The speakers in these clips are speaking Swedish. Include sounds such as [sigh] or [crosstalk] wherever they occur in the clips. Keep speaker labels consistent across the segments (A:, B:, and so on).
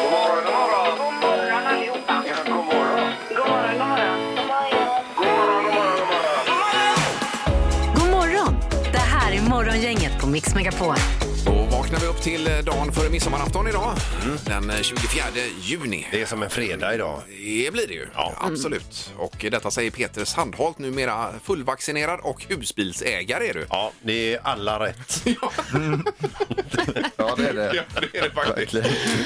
A: God morgon, god morgon. God morgon allihopa. Ja, god morgon. God morgon, god morgon. God morgon, god morgon, god morgon.
B: God morgon! Det här är Morgongänget på Mix Megapol.
C: Då vaknar vi upp till eh, dagen före midsommarafton idag, den eh, 24 juni.
D: Det är som en fredag idag.
C: Det blir det ju. Mm. Absolut. Och detta säger Peter Sandholt, numera fullvaccinerad och husbilsägare är du.
D: Ja, det är
C: [laughs]
D: alla rätt.
E: Ja, det är det.
C: det är det faktiskt.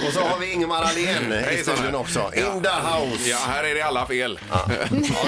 D: Och så har vi Ingemar Ahlén i
C: Hejsan.
D: studion också.
C: Ja.
D: In the house!
C: Ja,
D: Ja.
C: här är det alla fel.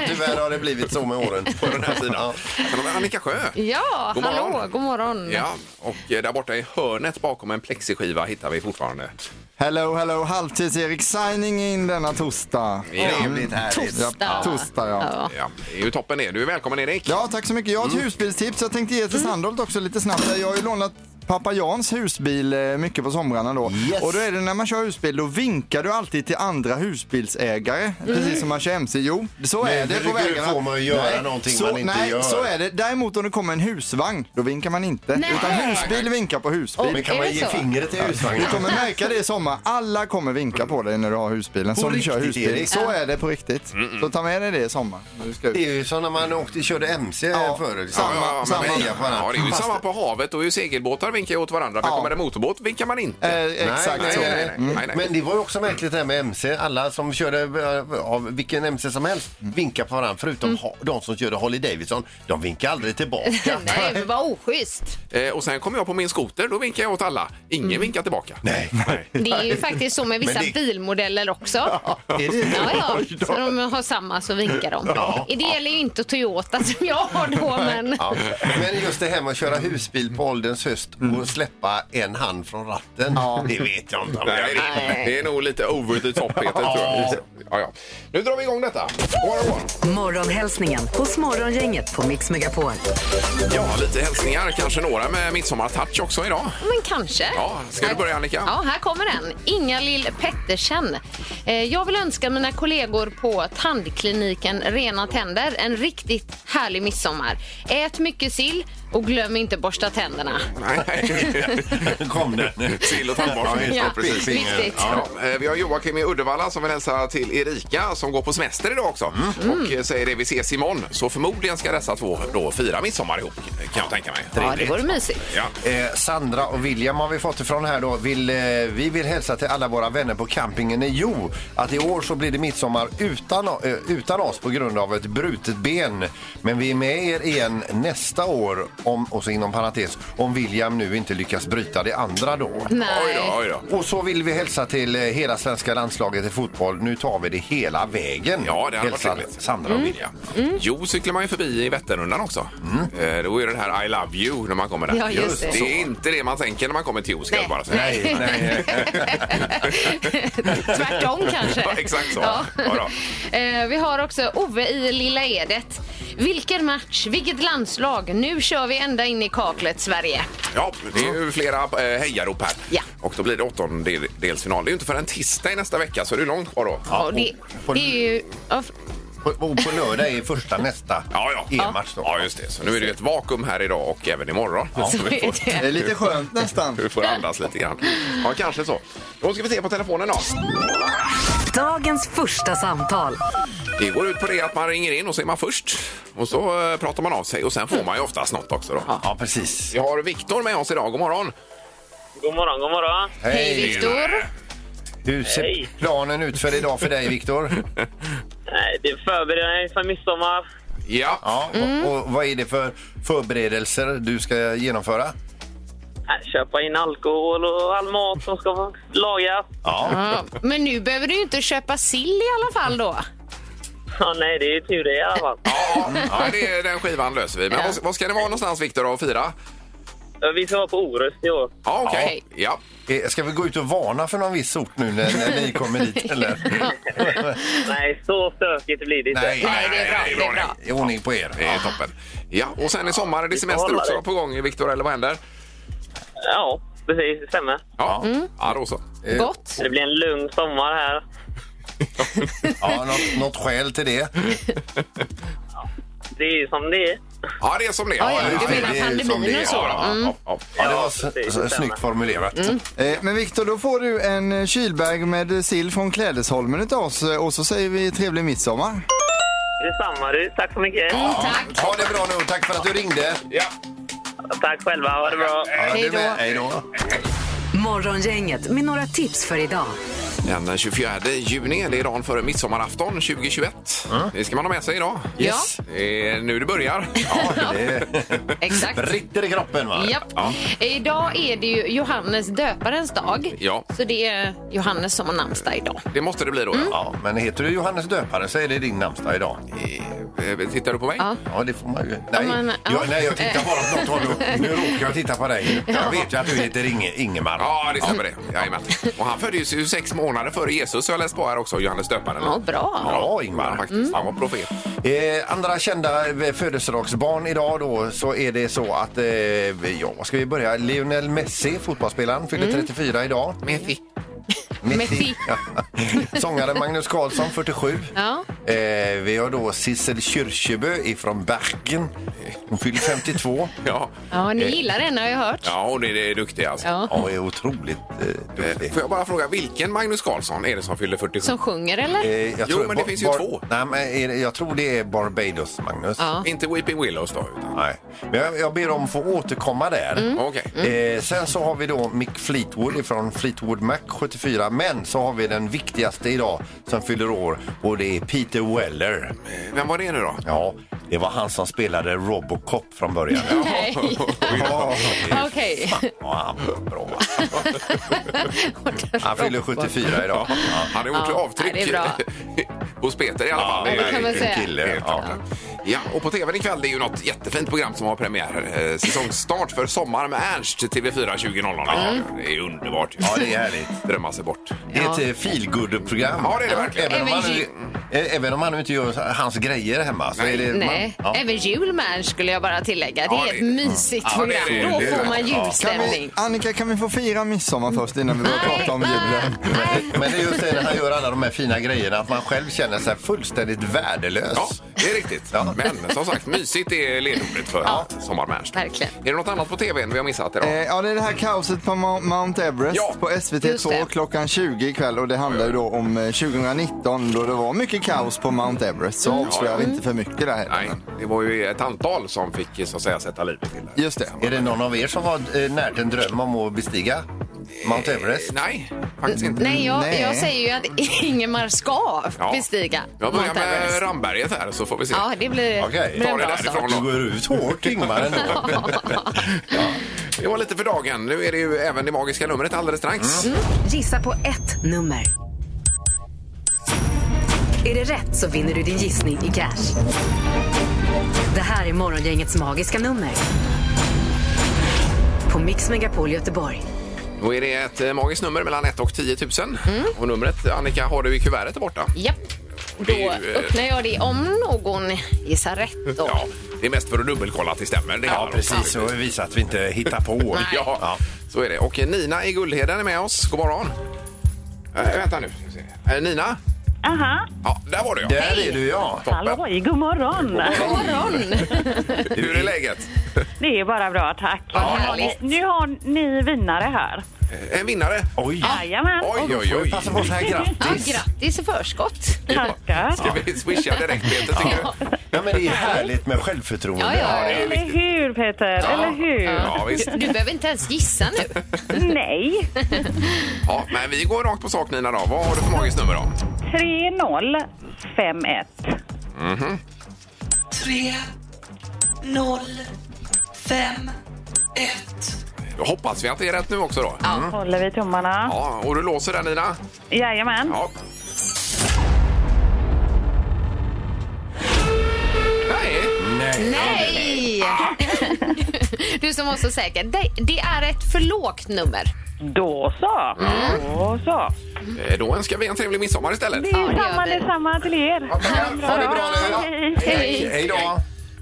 D: tyvärr har det blivit så med åren.
C: På den här sidan. Sen har vi Annika Sjö.
F: Mm. Ja,
C: God
F: hallå,
C: morgon.
F: god morgon.
C: Ja, och eh, där borta i hörnet bakom en plexiskiva hittar vi fortfarande.
E: Hello, hello, halvtids-Erik signing in denna torsdag.
D: Trevligt härligt.
E: Ja, torsdag, ja.
C: Ja, det är ju toppen det. Du är välkommen Erik.
E: Ja, tack så mycket. Jag har ett
D: Mm.
E: husbilstips jag tänkte ge till Sandholt också lite snabbt. Jag har ju lånat Pappa Jans husbil eh, mycket på somrarna då.
D: Yes.
E: Och då är det när man kör husbil, då vinkar du alltid till andra husbilsägare. Precis som man kör MC. Jo, så är det på
D: Mm. herregud,
E: vägarna.
D: får man ju göra någonting
E: så,
D: man inte
E: nej,
D: gör.
E: så är det. Däremot om det kommer en husvagn, då vinkar man inte.
F: Nej.
E: Utan husbil vinkar på husbil.
D: Men kan
F: Är
D: man
F: det
D: ge
F: så?
D: fingret till
E: Du
D: husvagnen?
E: kommer märka det i sommar. Alla kommer vinka på dig när du har husbilen.
D: På
E: som du kör
D: riktigt,
E: husbil.
D: Erik?
E: Så är det på riktigt. Så ta med dig det i sommar. När du ska ut.
D: Det är ju som när man åkte, körde MC
E: Ja,
D: förr.
E: samma-
C: Ja,
E: samma.
C: men- ja, det är ju
D: Fast-
C: samma på havet. Då är ju segelbåtar vinkar ju åt varandra. Men
E: Ja.
C: kommer det motorbåt vinkar man inte.
E: Eh, exakt
D: nej,
E: så.
D: nej, nej.
C: Mm. Nej, nej.
D: Men det var ju också märkligt det här med MC. Alla som körde eh, av vilken MC som helst vinkar på varandra förutom
F: Mm.
D: ha- de som körde Holly Davidson. De vinkar aldrig tillbaka.
F: [laughs] Nej, men vad oschysst.
C: Eh, och sen kom jag på min skoter, då vinkar jag åt alla. Ingen vinkar tillbaka.
D: Nej.
F: Det är ju faktiskt så med vissa
D: Men det-
F: bilmodeller också.
D: Är det
F: Ja,
D: [laughs]
F: ja. Så de har samma så vinkar de. Det gäller ju inte Toyota som jag har då, men...
D: Ja. Men just det här med att köra husbil på ålderns höst och släppa en hand från ratten. Det vet jag inte om jag
C: Nej,
D: vill.
C: det, det är nog lite over the top, Peter. tror jag. Ja, ja. Nu drar vi igång detta. God morgon, god morgon.
B: Morgonhälsningen hos Morgongänget på Mix Megapol.
C: Ja, lite hälsningar, kanske några med midsommartouch också idag.
F: Men kanske.
C: Ja, ska du börja, Annika?
F: Ja, här kommer den. Inga-Lill Pettersen. Eh, Jag vill önska mina kollegor på tandkliniken Rena tänder en riktigt härlig midsommar. Ät mycket sill och glöm inte borsta tänderna.
C: Nej,
F: [laughs]
C: nej.
D: Kom den.
C: Sill och tandborste.
D: Ja,
F: Ja,
C: precis.
F: viktigt.
C: Ja, eh, vi har Joakim i Uddevalla som vill hälsa till Erika som går på semester idag också.
F: Mm.
C: Och eh, säger det, vi ses imorgon. Så förmodligen ska dessa två då fira midsommar ihop, kan jag tänka mig.
F: Ja, det vore mysigt.
C: Ja.
D: Eh, Sandra och William har vi fått ifrån här då. Vill, eh, vi vill hälsa till alla våra vänner på campingen i Jo att i år så blir det midsommar utan, eh, utan oss på grund av ett brutet ben. Men vi är med er igen nästa år, om, och så inom parentes, om William nu inte lyckas bryta det andra då.
C: Oj då,
F: Nej.
C: oj då.
D: Och så vill vi hälsa till eh, hela svenska landslaget i fotboll. Nu tar vi det hela vägen.
C: Ja, det hade varit
D: Hälsar
C: trevligt.
D: Sandra och William.
C: Jo cyklar man ju förbi i Vätternrundan också. Eh, Då är det det här I love you när man kommer där.
F: Ja, just Just det.
C: det är inte det man tänker när man kommer till Jo, ska jag bara säga.
D: Eh, Nej, nej.
F: [laughs] Tvärtom kanske.
C: Ja, exakt så.
F: Ja.
C: Ja,
F: Eh, Vi har också Ove i Lilla Edet. Vilken match, vilket landslag. Nu kör vi ända in i kaklet, Sverige.
C: Ja, det är ju flera eh, hejarop här.
F: Ja.
C: Och då blir det åttondelsfinal. Det är ju inte förrän tisdag i nästa vecka, så det är långt kvar då.
F: Ja, det, det är ju... ja, f-
D: På, och på lördag är första nästa
C: Ja, ja.
D: E-match då.
C: Ja, just det. Så nu är det ju ett vakuum här idag och även imorgon.
F: [laughs]
C: Ja. Så vi får,
E: Det är lite skönt nästan.
C: vi får andas lite grann. Ja, kanske så. Då ska vi se på telefonen då.
B: Dagens första samtal.
C: Det går ut på det att man ringer in och så är man först. Och så eh, pratar man av sig och sen får man ju oftast något också då.
D: Ja, precis.
C: Vi har Viktor med oss idag. God morgon!
G: God morgon, god morgon.
F: Hej, Viktor.
D: Hur ser
G: Hej.
D: planen ut för idag för dig, Viktor?
G: Nej, det förbereder mig för midsommar.
C: Ja,
D: Ja,
F: Mm.
D: och, och vad är det för förberedelser du ska genomföra?
G: Nej, Äh, Köpa in alkohol och all mat som ska lagas.
F: Ja, men nu behöver du ju inte köpa sill i alla fall då.
G: Ja, nej, det är ju tur det i alla fall.
C: ja, ja det är den skivan löser vi. Men vad, vad ska det vara någonstans Viktor att fira?
G: Eh, Vi ska vara på Orust i år.
C: Ja, okej.
F: Okej.
C: Ja.
D: Eh, Ska vi gå ut och varna för någon viss ort nu när, när ni
F: [laughs]
D: kommer hit? Eller?
G: Nej, så stökigt blir det inte.
F: Nej, det är bra. Det är bra.
D: I ordning på er.
C: Det är toppen. Ja, och sen i sommar är det semester
G: hålla
C: också
G: det.
C: på gång, Viktor, eller vad händer?
G: Ja, precis. Det stämmer.
C: Ja, ja då så.
F: Gott.
G: Det blir en lugn sommar här.
D: Ja, något, något skäl till det.
G: Det är ju som det är.
C: Ja, det är som det är.
F: Ja, ja,
D: just
F: du
D: det,
F: menar
D: det är ju som
F: pandemin
D: det är.
F: och så?
C: Ja,
F: då? Mm.
C: ja, ja, ja.
D: Ja, det var s-
G: precis, det
D: s-
G: stämmer.
D: snyggt formulerat.
E: Eh, Men Viktor, då får du en eh, kylbag med sill från Klädesholmen utav oss eh, och så säger vi trevlig midsommar.
G: Detsamma du. Tack så mycket.
F: Tack.
D: Ha det bra nu och tack för att du ringde.
G: Tack själva. Ha det bra.
D: Ja,
F: Hej
D: du med.
F: då.
D: Hej då.
B: Morgongänget med några tips för idag.
C: Den 24 juni, det är dagen före midsommarafton 2021. Det ska man ha med sig idag.
F: Ja,
C: Det är nu det börjar.
F: [laughs]
D: Ja, det är-
F: exakt.
D: Ritter i kroppen, va?
F: Japp. Idag är det ju Johannes döparens dag.
C: Ja.
F: Så det är Johannes som har namnsdag idag.
C: Det måste det bli då, ja.
D: Ja, men heter du Johannes Döparen så är det din namnsdag idag.
C: Eh, Tittar du på mig?
F: Mm. Ja.
D: Ja, det får man ju. Nej,
F: men, ja.
D: jag, nej jag tittar bara
F: [laughs]
D: åt något håll. och- Nu råkar jag titta på dig. Jag vet ju att du heter Inge, Ingemar.
C: Ja, det stämmer det. Jajamän. Och han föddes ju sex månader före Jesus, har jag läst på här också, Johannes döparen.
F: Ja, bra. Mm.
D: Bra,
C: Ja,
D: Ingmar.
C: faktiskt. Han var profet.
D: Eh, andra kända eh, födelsedagsbarn idag då så är det så att, eh, ja vad ska vi börja? Lionel Messi, fotbollsspelaren,
F: Mm.
D: fyller 34 idag.
C: Messi.
F: Messi.
D: [laughs] Sångaren Magnus Carlsson, 47.
F: Ja.
D: Eh, vi har då Sissel Kyrkjebø ifrån Bergen. Hon fyller 52.
C: Ja,
F: ja, ni gillar den har jag hört.
C: Eh. ja hon är, är duktig alltså.
F: Ja.
D: Ja, hon är otroligt eh,
C: Eh,
D: duktig.
C: Får jag bara fråga, vilken Magnus Karlsson är det som fyller 47?
F: Som sjunger eller?
D: Eh, jag
C: Jo, men det
D: Bar-
C: finns ju
D: Bar-
C: två.
D: Nej, men är det- jag tror det är Barbados, Magnus.
F: Ja.
C: Inte Weeping Willows då? Utan...
D: Nej. Men jag, jag ber om att få återkomma där.
F: Mm.
C: Okej.
D: Eh, sen så har vi då Mick Fleetwood från Fleetwood Mac 74. Men så har vi den viktigaste idag som fyller år och det är Peter Weller.
C: Eh, Vem var det nu då?
D: Ja, det var han som spelade Robocop från början.
C: [laughs]
F: Nej.
D: Ja,
F: Okej.
D: ja, han
F: [laughs]
D: var bra. Han fyller 74 idag. Ja.
C: Han har gjort
F: Ja, det
C: avtryck
F: är bra.
C: [laughs] hos Peter i alla fall.
F: det kan man säga.
D: Vilken kille.
C: Helt
D: Ja.
C: klart. Ja, och på tvn ikväll det är ju något jättefint program som har premiär. Eh, Säsongsstart för Sommar med Ernst, TV4 20.00. Det är underbart. ju.
D: Ja, det är härligt.
C: [laughs] Drömma sig bort.
D: Det är ett eh, feelgood-program.
C: Ja, det är det verkligen.
D: Även om,
F: Även
D: han nu, eh, även om han nu inte gör hans grejer hemma. Så
C: Nej.
D: är det,
F: Nej,
D: Man, ja.
F: även julmärn skulle jag bara tillägga. Det
C: Ja,
F: är
C: det-
F: ett mysigt
C: Ja, det
F: program.
C: är det.
F: Då
C: Det är
F: får
C: det.
F: man
E: Kan
F: julstämning.
E: vi, Annika, kan vi få fira midsommar först innan vi börjar
F: Nej.
E: prata om julen?
D: Men det är just det när han gör alla de här fina grejerna, att man själv känner sig fullständigt värdelös.
C: Ja, det är riktigt. Men som sagt, mysigt är ledordet för Sommar med Ernst.
F: Verkligen.
C: Är det något annat på tvn vi har missat
E: Eh,
C: idag?
E: Ja, det är det här kaoset på Mount- Mount Everest
C: Ja,
E: på
F: just det.
E: SVT2 klockan 20 ikväll och det handlar ju då om eh, 2019 då det var mycket kaos på Mount Everest.
F: Mm.
E: Så avslöjar vi inte för mycket där heller.
C: Nej, det var ju ett antal som fick så att säga sätta livet till. det.
E: Just det.
D: Är det någon av er som har eh, närt en dröm om att bestiga Mount Everest?
C: Eh, Nej, faktiskt inte.
F: Nej, jag,
E: Nej.
F: jag säger ju att [laughs] Ingemar ska
C: Ja.
F: bestiga
C: Jag börjar
F: Mount Everest.
C: med Ramberget här så får vi se.
F: Ja, det blir,
D: Okej,
F: blir
C: ta
F: en
C: det
F: bra
C: därifrån.
F: start.
D: Du går ut hårt,
F: [laughs]
D: Ingmar. ändå.
C: Det var lite för dagen. Nu är det ju även det magiska numret alldeles strax.
B: Gissa på ett nummer. Är det rätt så vinner du din gissning i cash. Det här är Morgongängets magiska nummer. På Mix Megapol Göteborg.
C: Då är det ett eh, magiskt nummer mellan 1 och 10 000.
F: Mm.
C: Och numret, Annika, har du i kuvertet där borta.
F: Japp.
C: Det
F: Då
C: är ju, eh,
F: öppnar jag det om någon gissar rätt. Då.
C: Ja, det är mest för att dubbelkolla att det stämmer. Det
D: Ja,
C: handlar om.
D: precis. Och visa att vi inte hittar på.
F: Nej.
C: Ja,
D: Ja.
C: så är det. Och Nina i Guldheden är med oss. God morgon. Äh, vänta nu. ska vi se. Eh, Nina?
H: Aha,
C: Ja, där var du ja.
D: Där är du, ja.
C: Toppen.
H: halloj, god morgon.
F: God morgon!
C: Hur är läget?
H: Det är bara bra, tack.
F: Vad härligt.
H: Nu har ni vinnare här.
C: Eh, En vinnare?
D: Oj.
H: Jajamän.
C: Oj, oj,
D: Får vi
C: oj.
D: passa på att säga
F: Ja,
D: grattis?
F: grattis i förskott!
H: Tackar.
C: Ska vi swisha direkt, Peter, tycker du?
D: Ja, men det är härligt med självförtroende.
F: Ja, ja.
C: det är
H: Eller
C: viktigt.
H: hur, Peter? Eller hur?
C: Ja, visst.
F: Du, du behöver inte ens gissa nu.
H: Nej.
C: Ja, men vi går rakt på sak, Nina. Då. Vad har du för magiskt nummer? då?
H: 3051.
I: Tre, noll, fem, ett.
C: Då hoppas vi att det är rätt nu också. då. Ja.
H: Håller vi tummarna?
C: och du låser den, Nina?
H: Jajamän.
C: Ja. Nej.
F: Nej! Du Du som var så säker. Det, det är ett för lågt nummer.
H: Då så. Då så.
C: Eh, Då önskar vi en trevlig midsommar istället.
H: Det är samma, detsamma till er. Ha en bra dag. Hej.
C: Hej, hej då!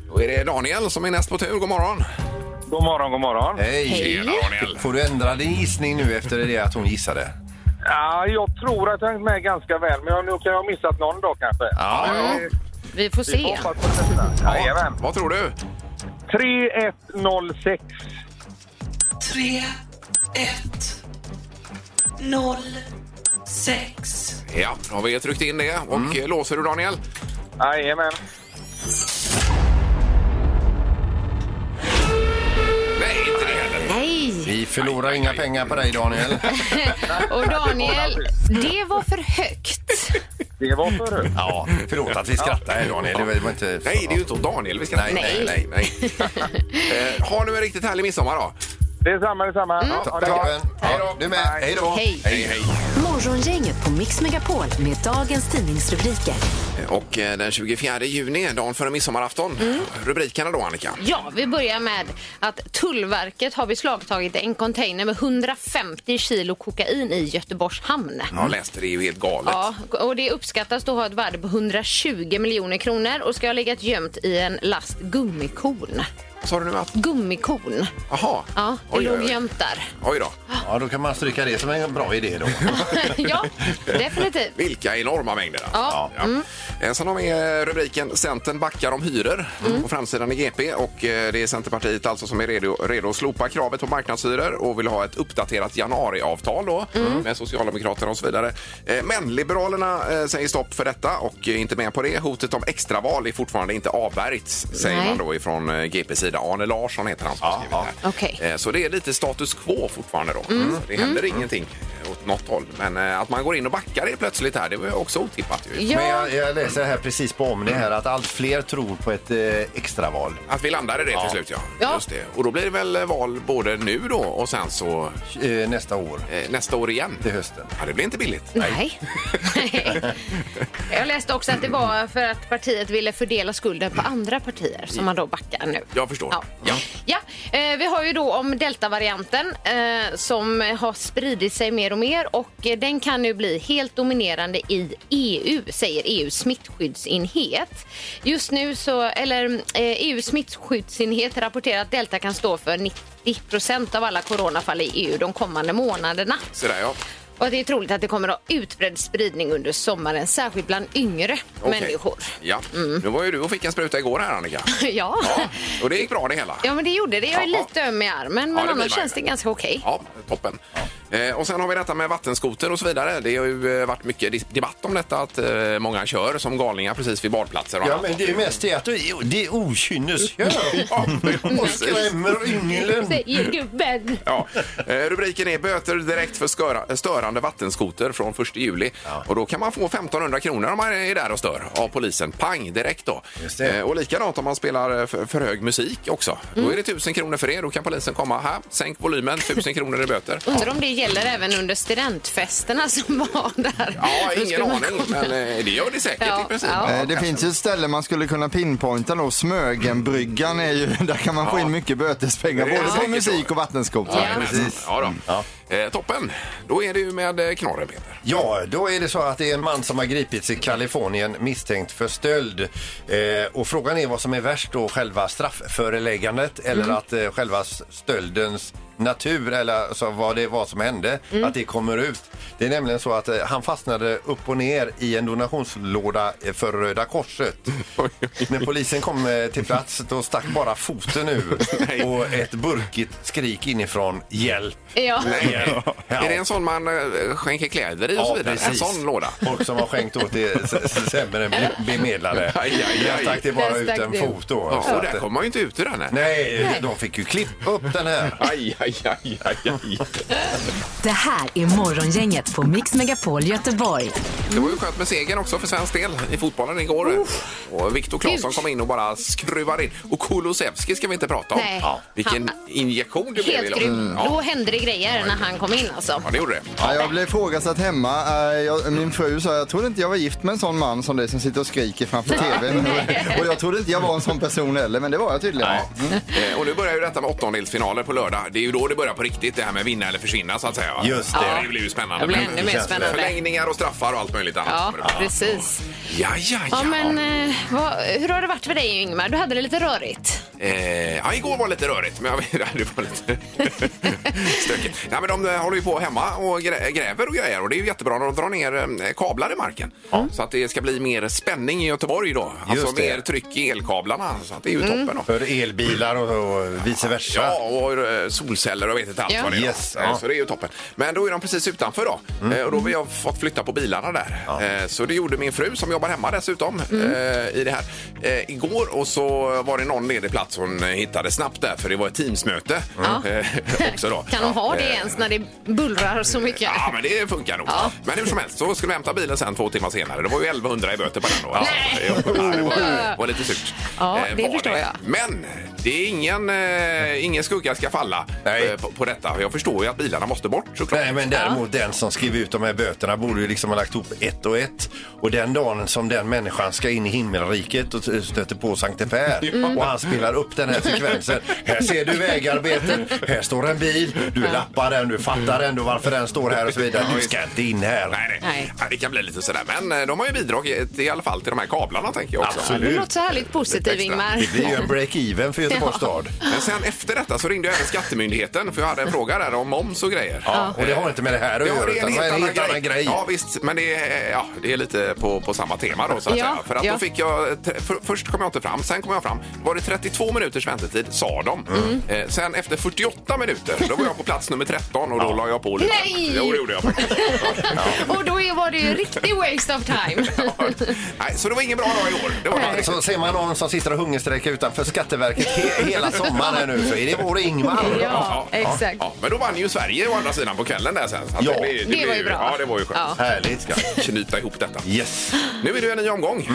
C: Då är det Daniel som är näst på tur. God morgon!
D: God morgon, god morgon. Hej!
C: Hej. Tjena, Daniel.
D: Får du ändra din gissning nu efter det att hon gissade?
J: Ja, jag tror att jag hängt med ganska väl, men jag, nu kan jag ha missat någon dag kanske.
D: Ja,
F: Vi får se.
J: Jajamän.
C: Vad tror du?
J: 3106.
I: 3, 1, 0, 6.
C: Ja, då har vi tryckt in det. Och eh, låser du Daniel?
J: Jajamän.
C: Nej, inte det heller.
F: Nej.
D: Vi förlorar inga pengar på
C: [laughs]
D: dig, Daniel.
F: Och Daniel, det var för högt. [laughs]
J: Det var för högt.
D: Ja, förlåt att vi skrattar här, Daniel. Det var- det var inte...
C: Nej, det är ju inte åt Daniel vi ska
D: Nej, nej, nej.
C: nej. Eh, Ha nu en riktigt härlig midsommar då.
J: Detsamma, detsamma. Mm.
D: Ta- Toppen. Ja, du med. Hej då.
F: Hej.
C: Hej, hej.
B: Morgongänget på Mix Megapol med dagens tidningsrubriker.
C: Eh, Och eh, den 24 juni, dagen före midsommarafton.
F: Mm.
C: Rubrikerna då, Annika?
F: Ja, vi börjar med att Tullverket har beslagtagit en container med 150 kilo kokain i Göteborgs hamn.
C: Jag läste det, är ju helt galet.
F: Ja, och det uppskattas då ha ett värde på 120 miljoner kronor och ska ha legat gömt i en last gummikorn.
C: Sa du nu att...
F: Gummikorn.
C: Jaha.
F: Ja, det
C: Oj,
F: låg
C: oj, oj.
F: gömt där.
C: Oj då.
D: Ja, då kan man stryka det som en bra idé då.
F: ja, definitivt.
C: Vilka enorma mängder. alltså.
F: Ja. Mm.
C: Eh, Sen har vi eh, rubriken Centern backar om hyror
F: Mm.
C: på framsidan i GP. Och eh, det är Centerpartiet alltså som är redo, redo att slopa kravet på marknadshyror och vill ha ett uppdaterat januariavtal då,
F: Mm.
C: med Socialdemokraterna och så vidare. Eh, Men Liberalerna eh, säger stopp för detta och eh, inte med på det. Hotet om extraval är fortfarande inte avvärjts, säger
F: Nej.
C: man då ifrån eh, GPs sida. Arne Larsson heter han som har skrivit det här.
F: Okej.
C: Eh, Så det är lite status quo fortfarande då.
F: Mm.
C: Så det händer ingenting eh, åt något håll. Men eh, att man går in och backar det plötsligt här, det var ju också otippat ju.
D: Men
F: Ja,
D: jag, jag läser här precis på Omni här att allt fler tror på ett eh, extraval.
C: Att vi landar i det till
D: Ja.
C: slut, ja.
F: Ja.
C: Just det. Och då blir det väl eh, val både nu då och sen så
D: Eh, nästa år,
C: eh, nästa år igen.
D: till hösten.
C: Ja, det blir inte billigt.
F: Nej. Jag läste också att det var för att partiet ville fördela skulden på andra partier som man då backar nu.
C: Jag förstår.
F: Ja.
C: Ja.
F: Ja, eh, vi har ju då om deltavarianten eh, som har spridit sig mer och mer och eh, den kan nu bli helt dominerande i EU, säger EUs smittskyddsenhet. Just nu så, eller eh, EUs smittskyddsenhet rapporterar att delta kan stå för 90 procent av alla coronafall i EU de kommande månaderna.
C: Så där, ja.
F: Och att det är troligt att det kommer att ha utbredd spridning under sommaren, särskilt bland yngre
C: Okej.
F: människor. [laughs]
C: Ja. Nu var ju du och fick en spruta igår här, Annika.
F: Mm. Ja.
C: Ja. Och det gick bra det hela.
F: ja, men det gjorde det. Jag är
C: Ja.
F: lite öm i armen, men
C: det blir
F: annars
C: man ju.
F: känns det ganska okej.
C: Ja, toppen. Eh, och sen har vi detta med vattenskoter och så vidare. Det har ju eh, varit mycket dis- debatt om detta att eh, många kör som galningar precis vid badplatser och
D: Ja,
C: annat.
D: men det är ju Mm, mest det att du- det är okynneskör. Och skrämmer ynglen.
F: Säger gubben.
C: Ja. Eh, Rubriken är böter direkt för sköra, störande vattenskoter från 1 juli. Och då kan man få 1500 kronor om man är där och stör av polisen. Pang direkt då.
D: Just det. Mm.
C: Eh, Och likadant om man spelar eh, för, för hög musik också. Då är det 1000 kronor för det. Då kan polisen komma här, sänk volymen, 1000 kronor i böter.
F: Undrar om det gäller även under studentfesterna som var där.
C: [laughs] Ja,
F: Då
C: ingen
F: skulle man
C: aning,
F: komma-
C: men eh, det gör det säkert
F: Ja,
C: i princip.
F: ja.
E: Eh, Det finns ju ett ställe man skulle kunna pinpointa då. Smögenbryggan är ju, [laughs] där kan man få in mycket bötespengar
C: Det är
E: både
C: säkert
E: på musik
C: så.
E: och vattenskoter.
F: Ja.
D: precis.
C: Ja, då. Eh, toppen! Då är det ju med eh, knorren, Peter.
D: Ja, då är det så att det är en man som har gripits i Kalifornien misstänkt för stöld. Eh, och frågan är vad som är värst då, själva straffföreläggandet eller
C: Mm.
D: att eh, själva s- stöldens natur eller alltså vad det var som hände,
C: Mm.
D: att det kommer ut. Det är nämligen så att eh, han fastnade upp och ner i en donationslåda eh, för
C: [laughs]
D: Röda Korset. När polisen kom eh, till plats då stack bara
C: [laughs]
D: foten ur och ett burkigt skrik inifrån
C: [laughs]
D: hjälp.
F: Ja.
D: hjälp. Ja.
C: Är det en sån man eh, skänker kläder i och så vidare? En sån låda?
D: Folk som har skänkt åt det s- s- sämre be- bemedlade.
C: Aj, aj, aj.
D: Där stack det bara
F: Där
D: ut
F: stack
D: en
F: det.
D: fot då. Så
C: Ja, och
D: att-
C: eh. där kommer man ju inte ut ur den. här.
D: Nej, de fick ju klippa upp den här.
C: Aj, aj, aj, aj, aj, aj.
B: Det här är Morgongänget på Mix Megapol Göteborg.
C: Det var ju skönt med segern också för svensk del i fotbollen igår. Och Viktor Claesson kom in och bara skruvar in. Och Kulusevski ska vi inte prata om.
F: Nej.
C: Ja. Vilken injektion det blev
F: Helt
C: idag.
F: grym. Då
C: Ja.
F: hände det grejer när han kom in alltså.
C: ja, det gjorde det.
E: Ja, jag blev ifrågasatt hemma. Eh, Jag, min fru sa jag trodde inte jag var gift med en sån man som dig som sitter och skriker framför tvn.
C: Nej.
E: [laughs] och jag trodde inte jag var en sån person heller, men det var jag tydligen.
C: Eh, Och nu börjar ju detta med åttondelsfinaler på lördag. Det är ju då det börjar på riktigt, det här med vinna eller försvinna så att säga.
D: Just det.
C: Det blir ju spännande.
F: Det blir ännu mer
C: Känns det.
F: spännande.
C: Förlängningar och straffar och allt möjligt annat.
F: Ja,
C: kommer det bli.
F: precis.
C: Ja, ja, ja.
F: Ja, men eh, vad, hur har det varit för dig Ingmar? Du hade det lite rörigt.
C: Eh, ja, igår var lite rörigt, men jag vet, [laughs] det var lite stökigt. Nej, men de eh, håller ju på hemma och grä- gräver och grejer och det är ju jättebra när de drar ner eh, kablar i marken. Så att det ska bli mer spänning i Göteborg då. Alltså
D: Just det.
C: mer tryck i elkablarna. Så att det är ju
D: Mm.
C: toppen. Då.
D: För elbilar och, och vice versa.
C: Ja, och eh, solceller och vet inte allt
D: Ja.
C: vad det är. då.
D: Yes,
C: Eh,
D: ja.
C: Så det är ju toppen. Men då är de precis utanför då.
F: Mm.
C: Eh, Och då har vi har fått flytta på bilarna där. Eh, Så det gjorde min fru som jobbar hemma dessutom
F: Mm.
C: eh, i det här. Eh, Igår och så var det någon ledig plats hon eh, hittade snabbt där för det var ett teamsmöte. Eh, [laughs] Också då.
F: Kan de ha det
C: Eh,
F: ens när det bullrar så mycket?
C: Ja, men det funkar nog. Men hur som helst så skulle vi hämta bilen sen två timmar senare. Det var ju 1100 i böter på den då. Ja, det var, det var lite surt.
F: Ja,
C: Eh,
F: det
C: var
F: förstår jag.
C: Men det är ingen, eh, ingen skugga ska falla eh, på, på detta. Jag förstår ju att bilarna måste bort såklart.
D: Nej, men däremot den som skriver ut de här böterna borde ju liksom ha lagt ihop ett och ett. Och den dagen som den människan ska in i himmelriket och stöter på
F: [laughs]
D: Sankte Per
C: Mm.
D: och han spelar upp den här sekvensen. Här ser du vägarbeten, här står en bil, du lappar den, du fattar ändå varför den står här och så vidare. Du ska inte in här.
C: Nej, nej. Ja, Det kan bli lite sådär. Men eh, de har ju bidragit i alla fall till de här kablarna tänker jag också.
F: Du låter så härligt positiv Ingmar.
D: Det blir ju en break-even för Göteborgs
F: Ja.
D: stad.
C: Men sen efter detta så ringde jag även Skattemyndigheten för jag hade en fråga där om moms och grejer.
D: Ja, och det har inte med det här att
C: Ja,
D: göra,
C: det är
D: utan
C: en
D: det är
C: helt annan grej. Ja, visst, men det är, ja, det är lite på, på samma tema då så att
D: Ja,
C: säga. För att
D: ja.
C: då fick jag, tr- för, först kom jag inte fram, sen kom jag fram. Var det 32 minuters väntetid, sa de.
D: Mm.
C: Eh, sen efter 48 minuter, då var jag på plats nummer 13 och då la jag på lite.
F: Nej!
C: Jo, det gjorde jag faktiskt.
F: [laughs] Och då är- var det ju riktig waste of time.
C: Nej, så det var ingen bra dag igår. Det var det inte
D: Så
C: riktigt.
D: ser man någon som sitter och hungerstrejkar utanför Skatteverket he hela sommaren här nu så är det vår Ingmar.
F: exakt.
C: Ja, men då vann ju Sverige å andra sidan på kvällen där sen. Så att
D: Ja.
C: blir-
D: Det
C: blir
D: var ju bra.
C: Ja, det var ju skönt.
D: Ja. Härligt. Ska
C: knyta ihop detta.
D: Yes.
C: Nu är det en ny omgång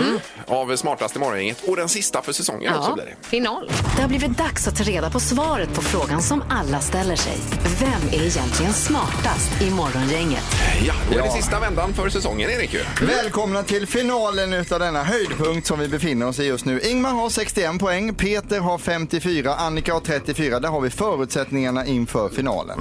C: av Smartaste morgongänget och den sista för säsongen. också blir det.
F: final.
B: Det har blivit dags att ta reda på svaret på frågan som alla ställer sig. Vem är egentligen smartast i Morgongänget?
C: Ja, då är det
E: Ja.
C: sista vändan för säsongen, Erik. ju.
E: Välkomna till finalen utav denna höjdpunkt som vi befinner oss i just nu. Ingmar har 61 poäng, Peter har 54, Annika har 34. Där har vi förutsättningarna inför finalen.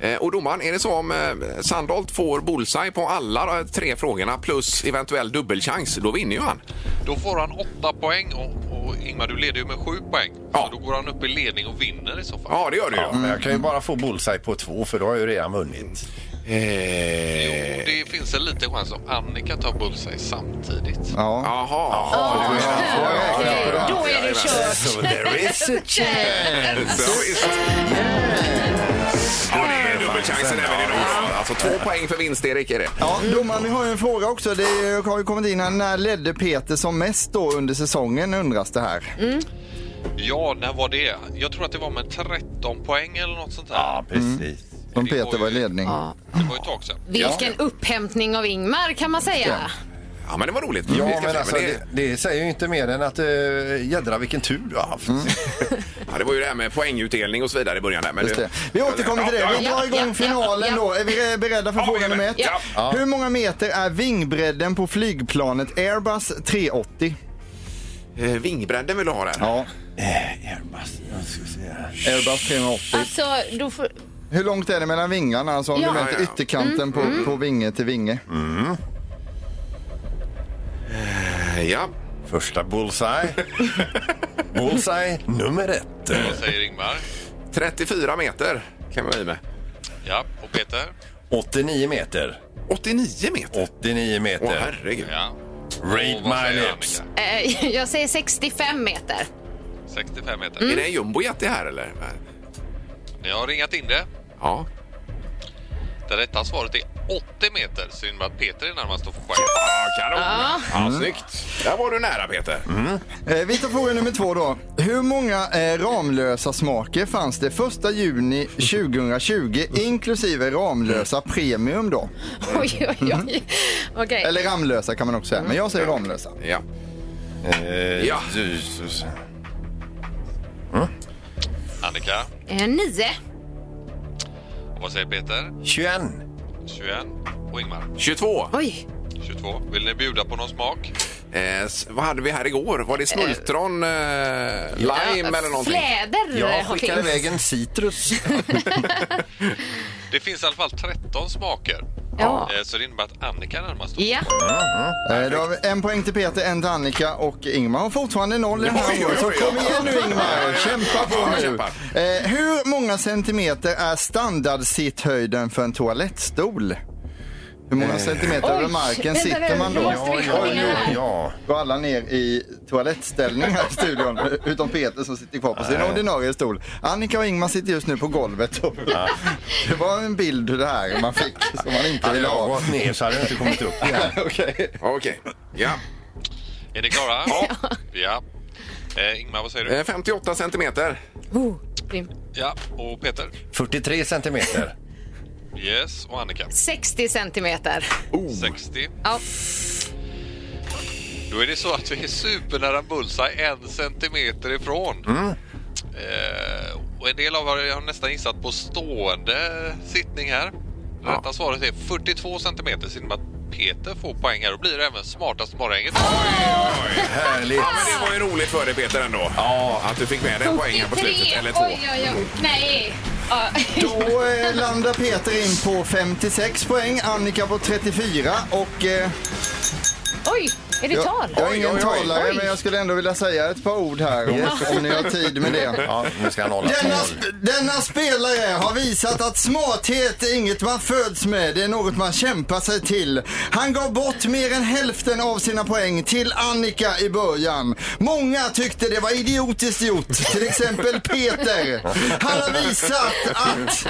C: Ja. Eh, Och domaren, är det så om eh, Sandholt får bullseye på alla eh, tre frågorna plus eventuell dubbelchans, då vinner ju han.
K: Då får han åtta poäng och, och Ingmar, du leder ju med sju poäng. Så då går han upp i ledning och vinner i så fall.
C: Ja, det gör du ju.
D: Ja, men jag kan ju bara få bullseye på två för då har jag ju redan vunnit.
C: Eh,
K: Jo, det finns en liten chans om Annika tar bullseye samtidigt.
E: Ja.
C: Jaha.
K: Då är det kört.
D: So there is a chance.
C: Ja, det är dubbelchansen även idag. Alltså två poäng för vinst, Erik. Är det.
E: Ja, domaren, vi har ju en fråga också. Det är- har ju kommit in här. När ledde Peter som mest då under säsongen undras det här.
C: Mm.
K: Ja, när var det? Jag tror att det var med 13 poäng eller något sånt där. Ja,
E: Mm. Som Peter var i ledning.
K: Det var ju ett tag sedan.
F: Vilken upphämtning av Ingmar kan man säga.
C: Ja, men det var roligt. Vi
D: Ja,
C: ska se,
D: men alltså,
C: men det-
D: det, det säger ju inte mer än att uh, jädra vilken tur du har haft.
E: Mm.
C: Ja, det var ju det här med poängutdelning och så vidare i början. Där, men
E: Just
C: det-
E: det. Vi återkommer till
C: Ja,
E: det. Vi
C: ja,
E: drar
C: ja, ja,
E: igång finalen
C: ja.
E: då. Är vi beredda för fråga nummer ett?
C: Ja.
E: Hur många meter är vingbredden på flygplanet Airbus 380?
C: Eh, Vingbredden vill du ha där?
E: Ja. Eh,
D: Airbus,
E: Airbus 380.
F: Alltså, då får...
E: Hur långt är det mellan vingarna? Alltså om
F: Ja.
E: du mäter
F: Ja, ja.
E: ytterkanten
F: Mm,
E: på,
F: mm.
E: på vinge till vinge.
C: Ja.
D: Första bullseye. bullseye nummer ett.
K: Vad säger Ingmar?
C: 34 meter kan vi vara i med.
K: Ja, och Peter?
D: 89 meter.
C: 89 meter?
D: 89 meter. Åh,
C: herregud.
K: Ja.
D: Read
K: Och vad
D: my
K: säger
D: lips.
F: Eh, Jag säger 65 meter.
K: 65 meter.
C: Är det en jumbojet det här eller?
K: Ni har ringat in det.
C: Ja.
K: Det rätta svaret är 80 meter. Synd att Peter är närmast att få poäng.
C: Ja,
E: Mm.
C: snyggt. Där var du nära Peter.
E: Eh, vi tar fråga nummer två då. Hur många eh, Ramlösa smaker fanns det 1 juni 2020 inklusive Ramlösa Premium då?
C: Mm.
F: Oj, oj, oj. Okej.
E: Eller Ramlösa kan man också säga, men jag säger Ramlösa.
C: Ja.
D: ja. Jesus.
K: Annika,
F: Eh, nio.
K: och vad säger Peter?
D: 21.
K: 21. Och Ingmar?
C: 22.
F: Oj.
K: 22. Vill ni bjuda på någon smak?
C: Eh, s- vad hade vi här igår? Var det smultron, eh, lime eller någonting?
F: Fläder
D: Jag
F: har
D: skickar
F: finns.
D: iväg en citrus.
K: [laughs] Det finns i alla fall 13 smaker.
F: Ja.
K: Eh, Så det innebär att Annika är närmast.
F: Ja.
E: Eh, då har vi en poäng till Peter, en till Annika och Ingmar har fortfarande noll i den här året. Så kom igen nu Ingmar, kämpa på nu. Eh, hur många centimeter är standard sitthöjden för en toalettstol? Hur många centimeter
F: Oj,
E: över marken
F: vänta,
E: sitter
F: vänta,
E: man då?
F: nu måste vi kolla här.
D: ja.
E: Går alla ner i toalettställning här i studion, [laughs] utom Peter som sitter kvar på sin
D: Nej.
E: ordinarie stol. Annika och Ingmar sitter just nu på golvet. Och [laughs] det var en bild det här man fick som man inte
D: Hade
E: ville
D: jag
E: ha.
D: gått ner så hade jag inte kommit upp igen.
E: Okej.
C: Okej. Ja.
K: Är ni klara? Ja. ja. Eh, Ingmar, vad säger du?
C: 58 centimeter.
F: Oh,
K: Ja, och Peter?
D: 43 centimeter.
K: Yes, och Annika?
F: 60 centimeter.
C: Oh.
K: 60.
F: Ja.
K: Då är det så att vi är supernära bullseye en centimeter ifrån.
D: Mm.
K: Eh, och en del av er har nästan gissat på stående sittning här. Det Rätta svaret är 42 centimeter. Så det innebär att Peter får poäng här och blir även smartast i morgongänget.
D: Härligt.
C: Ja, men det var ju roligt för dig Peter ändå. Ja. Att du fick med dig en poäng här på slutet. Eller två.
F: Oj, oj, oj. Nej. Ja.
E: Då eh, landar Peter in på 56 poäng, Annika på 34 och... Eh,
F: Oj, är det
E: jag,
F: tal?
E: jag är ingen
F: Oj, oj, oj.
E: talare
F: Oj.
E: men jag skulle ändå vilja säga ett par ord här om, om ni har tid med det.
D: Ja, nu ska han hålla
E: Denna,
D: på.
E: sp- denna spelare har visat att smarthet är inget man föds med, det är något man kämpar sig till. Han gav bort mer än hälften av sina poäng till Annika i början. Många tyckte det var idiotiskt gjort, till exempel Peter. Han har visat att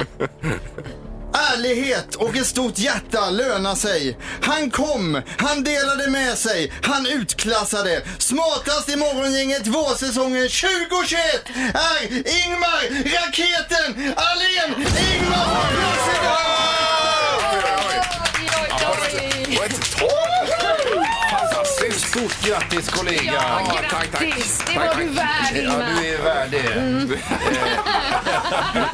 E: Ärlighet och ett stort hjärta lönar sig. Han kom, han delade med sig, han utklassade. Smartast i morgongänget vårsäsongen 2021 är Ingmar Raketen Ahlén! Ingmar har vunnit
C: Det var ett tal! Fantastiskt!
D: Stort grattis kollega!
F: Ja,
C: Ja, tack, tack.
F: grattis. Det
C: Tack,
F: var
C: tack.
F: du värd,
D: Ja,
F: Ingmar.
D: du är värd det.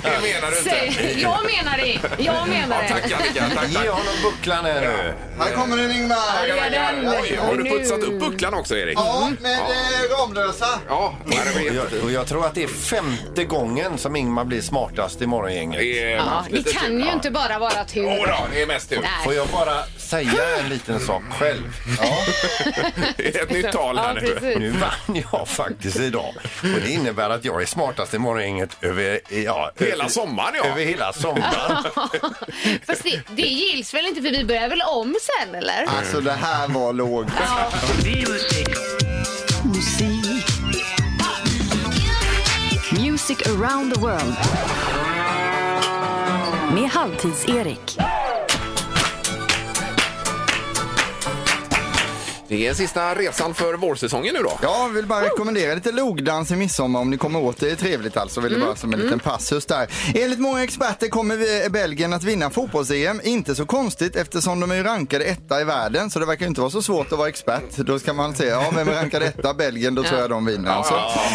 C: Det menar du inte.
F: Säg- Jag menar det. Jag menar
C: Ja, tack
F: det.
C: Annika, tack,
D: Ge
C: tack.
D: honom bucklan här nu.
E: Här kommer den
F: Ja,
E: Ingmar!
F: det är den.
C: Oj, har du putsat upp bucklan också Erik? Mm.
E: Ja, med eh, Ramlösa.
C: Ja, det var
D: Och
C: jättefint.
D: jag, och jag tror att det är femte gången som Ingmar blir smartast i morgongänget.
C: Det är
F: Ja, det
C: lite
F: kan
C: tur.
F: ju inte bara vara tur.
C: Jo då, det är mest tur.
F: Nej.
D: Får jag bara säga en liten sak själv? Ja,
C: Det är ett nytt tal här
F: Ja,
C: nu.
F: precis.
D: nu vann jag faktiskt idag. Och det innebär att jag är smartast i morgongänget över, ja,
C: Hela sommaren ja.
D: över hela sommaren.
F: [laughs] Fast det, det gills väl inte för vi börjar väl om sen eller?
E: Alltså det här var lågt.
B: Music around the world. Med Halvtids-Erik.
C: Det är sista resan för vårsäsongen nu då.
E: Ja, vill bara rekommendera lite logdans i midsommar om ni kommer åt det. Det är trevligt alltså, vill jag bara som en liten passus där. Enligt många experter kommer vi- Belgien att vinna fotbolls-EM. Inte så konstigt eftersom de är rankade etta i världen, så det verkar ju inte vara så svårt att vara expert. Då ska man säga, ja vem är rankad etta? Belgien, då tror jag de vinner. Alltså.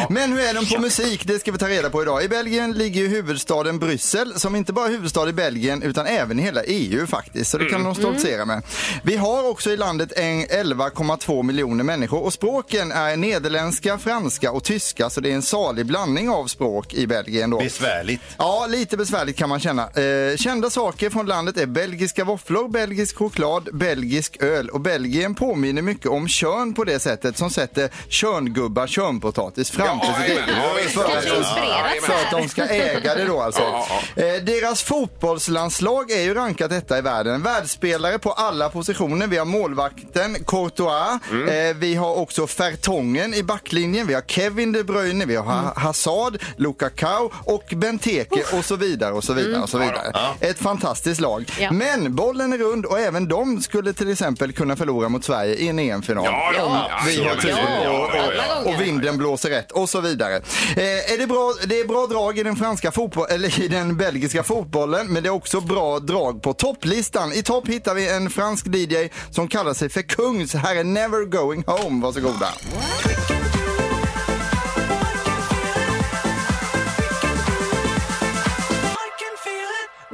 E: Men hur är de på musik? Det ska vi ta reda på idag. I Belgien ligger ju huvudstaden Bryssel, som inte bara är huvudstad i Belgien utan även i hela EU faktiskt, så det kan de stoltsera med. Vi har också i landet en 11,2 miljoner människor och språken är nederländska, franska och tyska, så det är en salig blandning av språk i Belgien då.
D: Besvärligt.
E: Ja, lite besvärligt kan man känna. Eh, kända saker från landet är belgiska våfflor, belgisk choklad, belgisk öl och Belgien påminner mycket om körn på det sättet som sätter körngubbar, körnpotatis framför
C: Ja,
E: sitt eget
C: jajamän. Ja, visst.
E: för, att
F: Kanske
E: de-
F: inspireras
E: för att de ska äga det då alltså.
C: Ja,
E: Eh, deras fotbollslandslag är ju rankat detta i världen. Världsspelare på alla positioner. Vi har målvakten Courtois, Courtois.
D: Mm.
E: Eh, vi har också Fertongen i backlinjen. Vi har Kevin De Bruyne, vi har
D: Mm.
E: ha- Hazard, Luka Kau och Benteke och så vidare och så vidare
D: Mm.
E: och så vidare.
D: Ja.
E: Ett fantastiskt lag.
D: Ja.
E: Men bollen är rund och även de skulle till exempel kunna förlora mot Sverige i en EM-final.
D: Ja, ja,
E: Om
D: absolut.
E: vi har tur
D: Alltså, Ja, ja, ja, ja.
E: och, och vinden blåser rätt och så vidare. Eh, är det, bra, det är bra drag i den, franska fotboll, eller i den belgiska fotbollen men det är också bra drag på topplistan. I topp hittar vi en fransk DJ som kallar sig för Kungs. Här är Never Going Home. Varsågoda.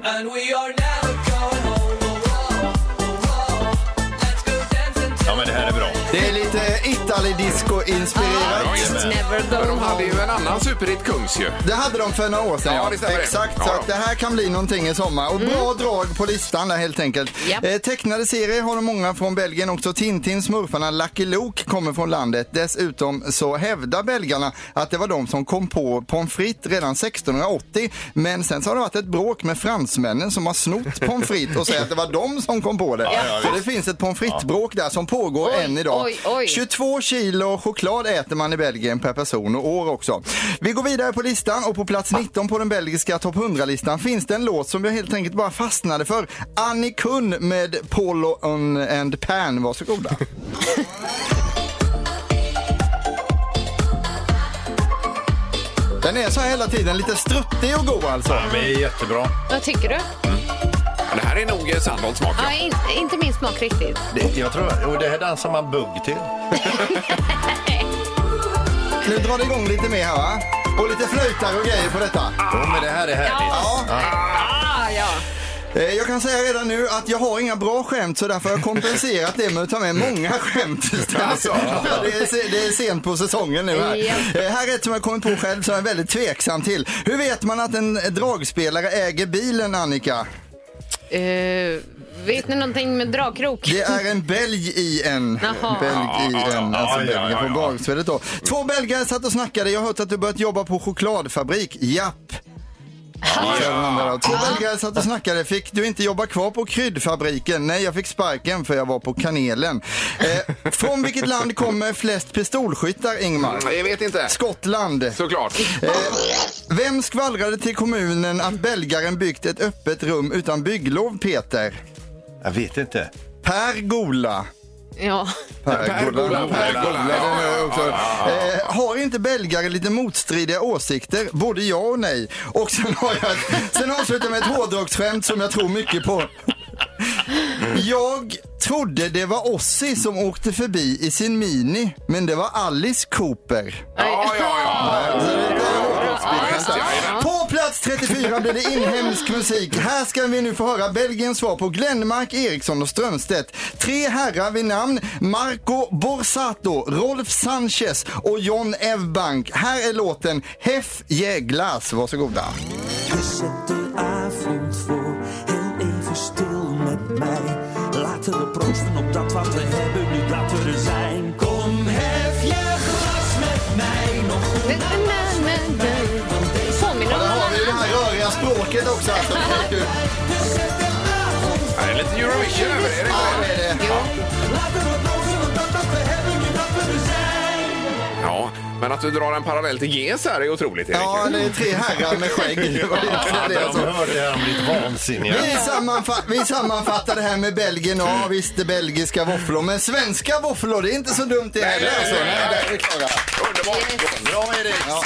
A: And we are never going home.
D: Ja, men det här är bra.
E: Det är lite Italy-disco-inspirerat.
F: Never
C: Men de hade ju en annan superhit, Kungs ju.
E: Det hade de för några år sedan.
C: Ja, det stämmer det.
E: Exakt,
C: Ja,
E: så
C: då.
E: att det här kan bli någonting i sommar. Och
A: Mm.
E: bra drag på listan där helt enkelt. Eh, tecknade serier har de många från Belgien också. Tintin, Smurfarna, Lucky Luke kommer från landet. Dessutom så hävdar belgarna att det var de som kom på pommes frites redan 1680. Men sen så har det varit ett bråk med fransmännen som har snott pommes frites och säger att det var de som kom på det.
A: Ja, ja,
E: så
A: visst.
E: det finns ett pommes frites-bråk där som pågår än idag.
A: oj, oj.
E: 22 kilo choklad äter man i Belgien per person och år också. Vi går vidare på listan och på plats 19 på den belgiska topp 100-listan finns det en låt som jag helt enkelt bara fastnade för. Annie Kun med Polo on- and Pan. Varsågoda. Den är så här hela tiden, lite struttig och god alltså. Ja,
D: men jättebra.
F: Vad tycker du?
C: Det här är nog eh, Sandholts smak.
F: Ja, in, inte min smak riktigt.
D: Det, jag tror, och det här dansar man bugg till.
E: Nu drar det igång lite mer här va? Och lite flöjtar och grejer på detta.
D: Jo, men det här är härligt.
E: Ja.
F: Ah, ja.
E: Eh, Jag kan säga redan nu att jag har inga bra skämt så därför har jag kompenserat det med att ta med många skämt istället.
A: Alltså.
E: För det, är, se- det är sent på säsongen nu här.
A: Ja.
E: Eh, Här är ett som jag kommit på själv som jag är väldigt tveksam till. Hur vet man att en dragspelare äger bilen Annika?
F: Eh, vet ni någonting med dragkrok?
E: Det är en belg i en.
F: Jaha.
E: Belg i en, alltså
D: Ja, ja,
E: belgen
D: ja,
E: från
D: ja.
E: dragspelet då. Två belgare satt och snackade. Jag har hört att du börjat jobba på chokladfabrik. Japp. säger den andra då. Två belgare satt och snackade. Fick du inte jobba kvar på kryddfabriken? Nej, jag fick sparken för jag var på kanelen. Eh, från vilket land kommer flest pistolskyttar, Ingmar?
C: Mm, jag vet inte.
E: Skottland.
C: Såklart.
E: Eh, vem skvallrade till kommunen att belgaren byggt ett öppet rum utan bygglov, Peter?
D: Jag vet inte.
E: Per Gola.
F: Ja.
E: Pergola, pergola, den är också. Eh, Har inte belgare lite motstridiga åsikter? Både ja och nej. Och sen har jag sen avslutar jag med ett hårdragsskämt som jag tror mycket på. Jag trodde det var Ossi som åkte förbi i sin Mini, men det var Alice Cooper.
A: Ja, ja, ja.
E: På plats 34 blir det inhemsk musik. Här ska vi nu få höra Belgiens svar på Glenmark, Eriksson och Strömstedt. Tre herrar vid namn Marco Borsato, Rolf Sanchez och John Evbank. Här är låten Hef Jäglas. Varsågoda.
A: Je zet de avond voor, heel even stil met mij. Laten we proosten op dat wat we hebben, nu dat we er zijn. Kom, hef je glas met mij nog
F: Na, na, na, na. Påminner
E: Och
F: om
E: där har vi det
F: någon
E: här
F: annan.
E: röriga språket också. Alltså, det är kul.
C: Det här är lite Eurovision över det, är det
E: Ja,
C: inte
E: det
C: det?
E: är det.
C: Ja, men att du drar en parallell till GES här är otroligt, Erik.
E: Ja, det är tre herrar med skägg. Det var lite det
D: De
E: alltså.
D: hörde det här om ditt vansinniga.
E: Vi, sammanfa- vi sammanfattar det här med Belgien. Ja, visst det belgiska våfflor. Men svenska våfflor, det är inte så dumt det heller. Alltså. Nej, där är vi klara.
C: Underbart!
D: Bra Erik!
E: Ja,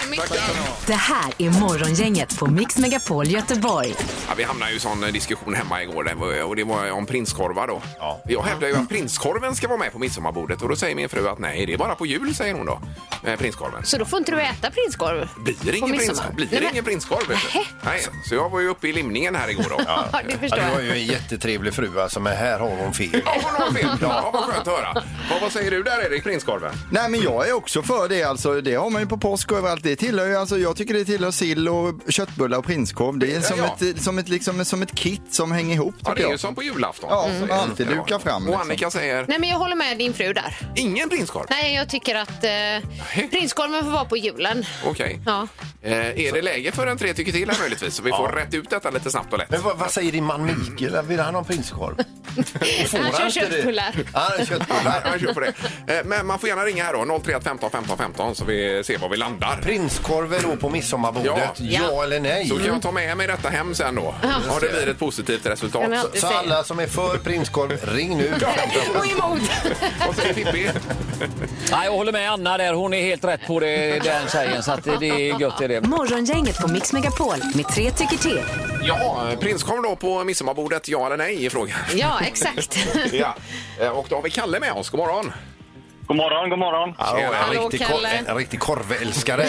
B: Det här är Morgongänget på Mix Megapol Göteborg.
C: Ja, vi hamnade ju i sån eh, diskussion hemma igår där var- och det var om prinskorvar då. Jag hävdar ju att prinskorven ska vara med på midsommarbordet och då säger min fru att nej, det är bara på jul, säger hon då. Eh, prinskorven.
F: Så då får inte du äta prinskorv?
C: Blir ingen, prins,
F: midsommar?
C: blir
F: Nej, men-
C: ingen prinskorv. Vet du. Nej, så jag var ju uppe i limningen här igår då.
D: Ja.
F: Ja, det
D: Ja,
F: förstår
D: du har
F: jag.
D: ju en jättetrevlig fru alltså, men här har hon fel.
C: Ja, hon har fel. Ja, vad skönt att höra. Vad, vad säger du där Erik, prinskorven?
E: Nej men jag är också för det alltså. Det har man ju på påsk och överallt. Det tillhör ju, alltså, jag tycker det tillhör sill och köttbullar och prinskorv. Det är som,
C: Ja,
E: ett, som, ett, liksom, som ett kit som hänger ihop tycker
C: Ja, det är ju
E: jag.
C: som på julafton.
E: Ja,
C: säger
E: man
C: jag.
E: alltid
C: Ja.
E: dukar fram,
C: Och
E: liksom.
C: Annika säger
F: Nej, men jag håller med din fru där.
C: ingen prinskorv.
F: Nej, jag tycker att eh, prinskorven får vara på julen.
C: Okej.
F: Ja.
C: Eh, är det läge för en tre tycker till här möjligtvis? Så vi får rätt ut detta lite snabbt och lätt.
D: Men vad, vad säger din man Mikael? Vill han ha prinskorv? Får
F: Han kör
D: inte det?
F: köttbullar.
D: Ja, Han kör köttbullar.
C: Jag kör på det. Eh, Men man får gärna ringa här då, 031 15 15 15 så vi ser var vi landar.
D: Prinskorven då på midsommarbordet, ja,
C: Ja.
D: eller nej?
C: Så kan jag ta med mig detta hem sen då.
F: Ja.
C: Om det blir ett positivt resultat.
F: Kan jag alltid
D: Så
F: säga.
D: alla som är för prinskorv, ring nu.
F: Och emot.
L: Nej, jag håller med Anna där. Hon är helt rätt på det, den tjejen. Så att det är gött i det.
B: Morgongänget på Mix Megapol med tre tycker till.
C: Ja, prins kom då på midsommarbordet, ja eller nej i frågan.
F: Ja, exakt.
C: ja. Eh, Och då har vi Kalle med oss, god morgon.
J: God morgon, god morgon.
D: en,
F: Hallå,
D: riktig
F: Kalle.
D: kor- en
J: [laughs]
D: riktig korvälskare.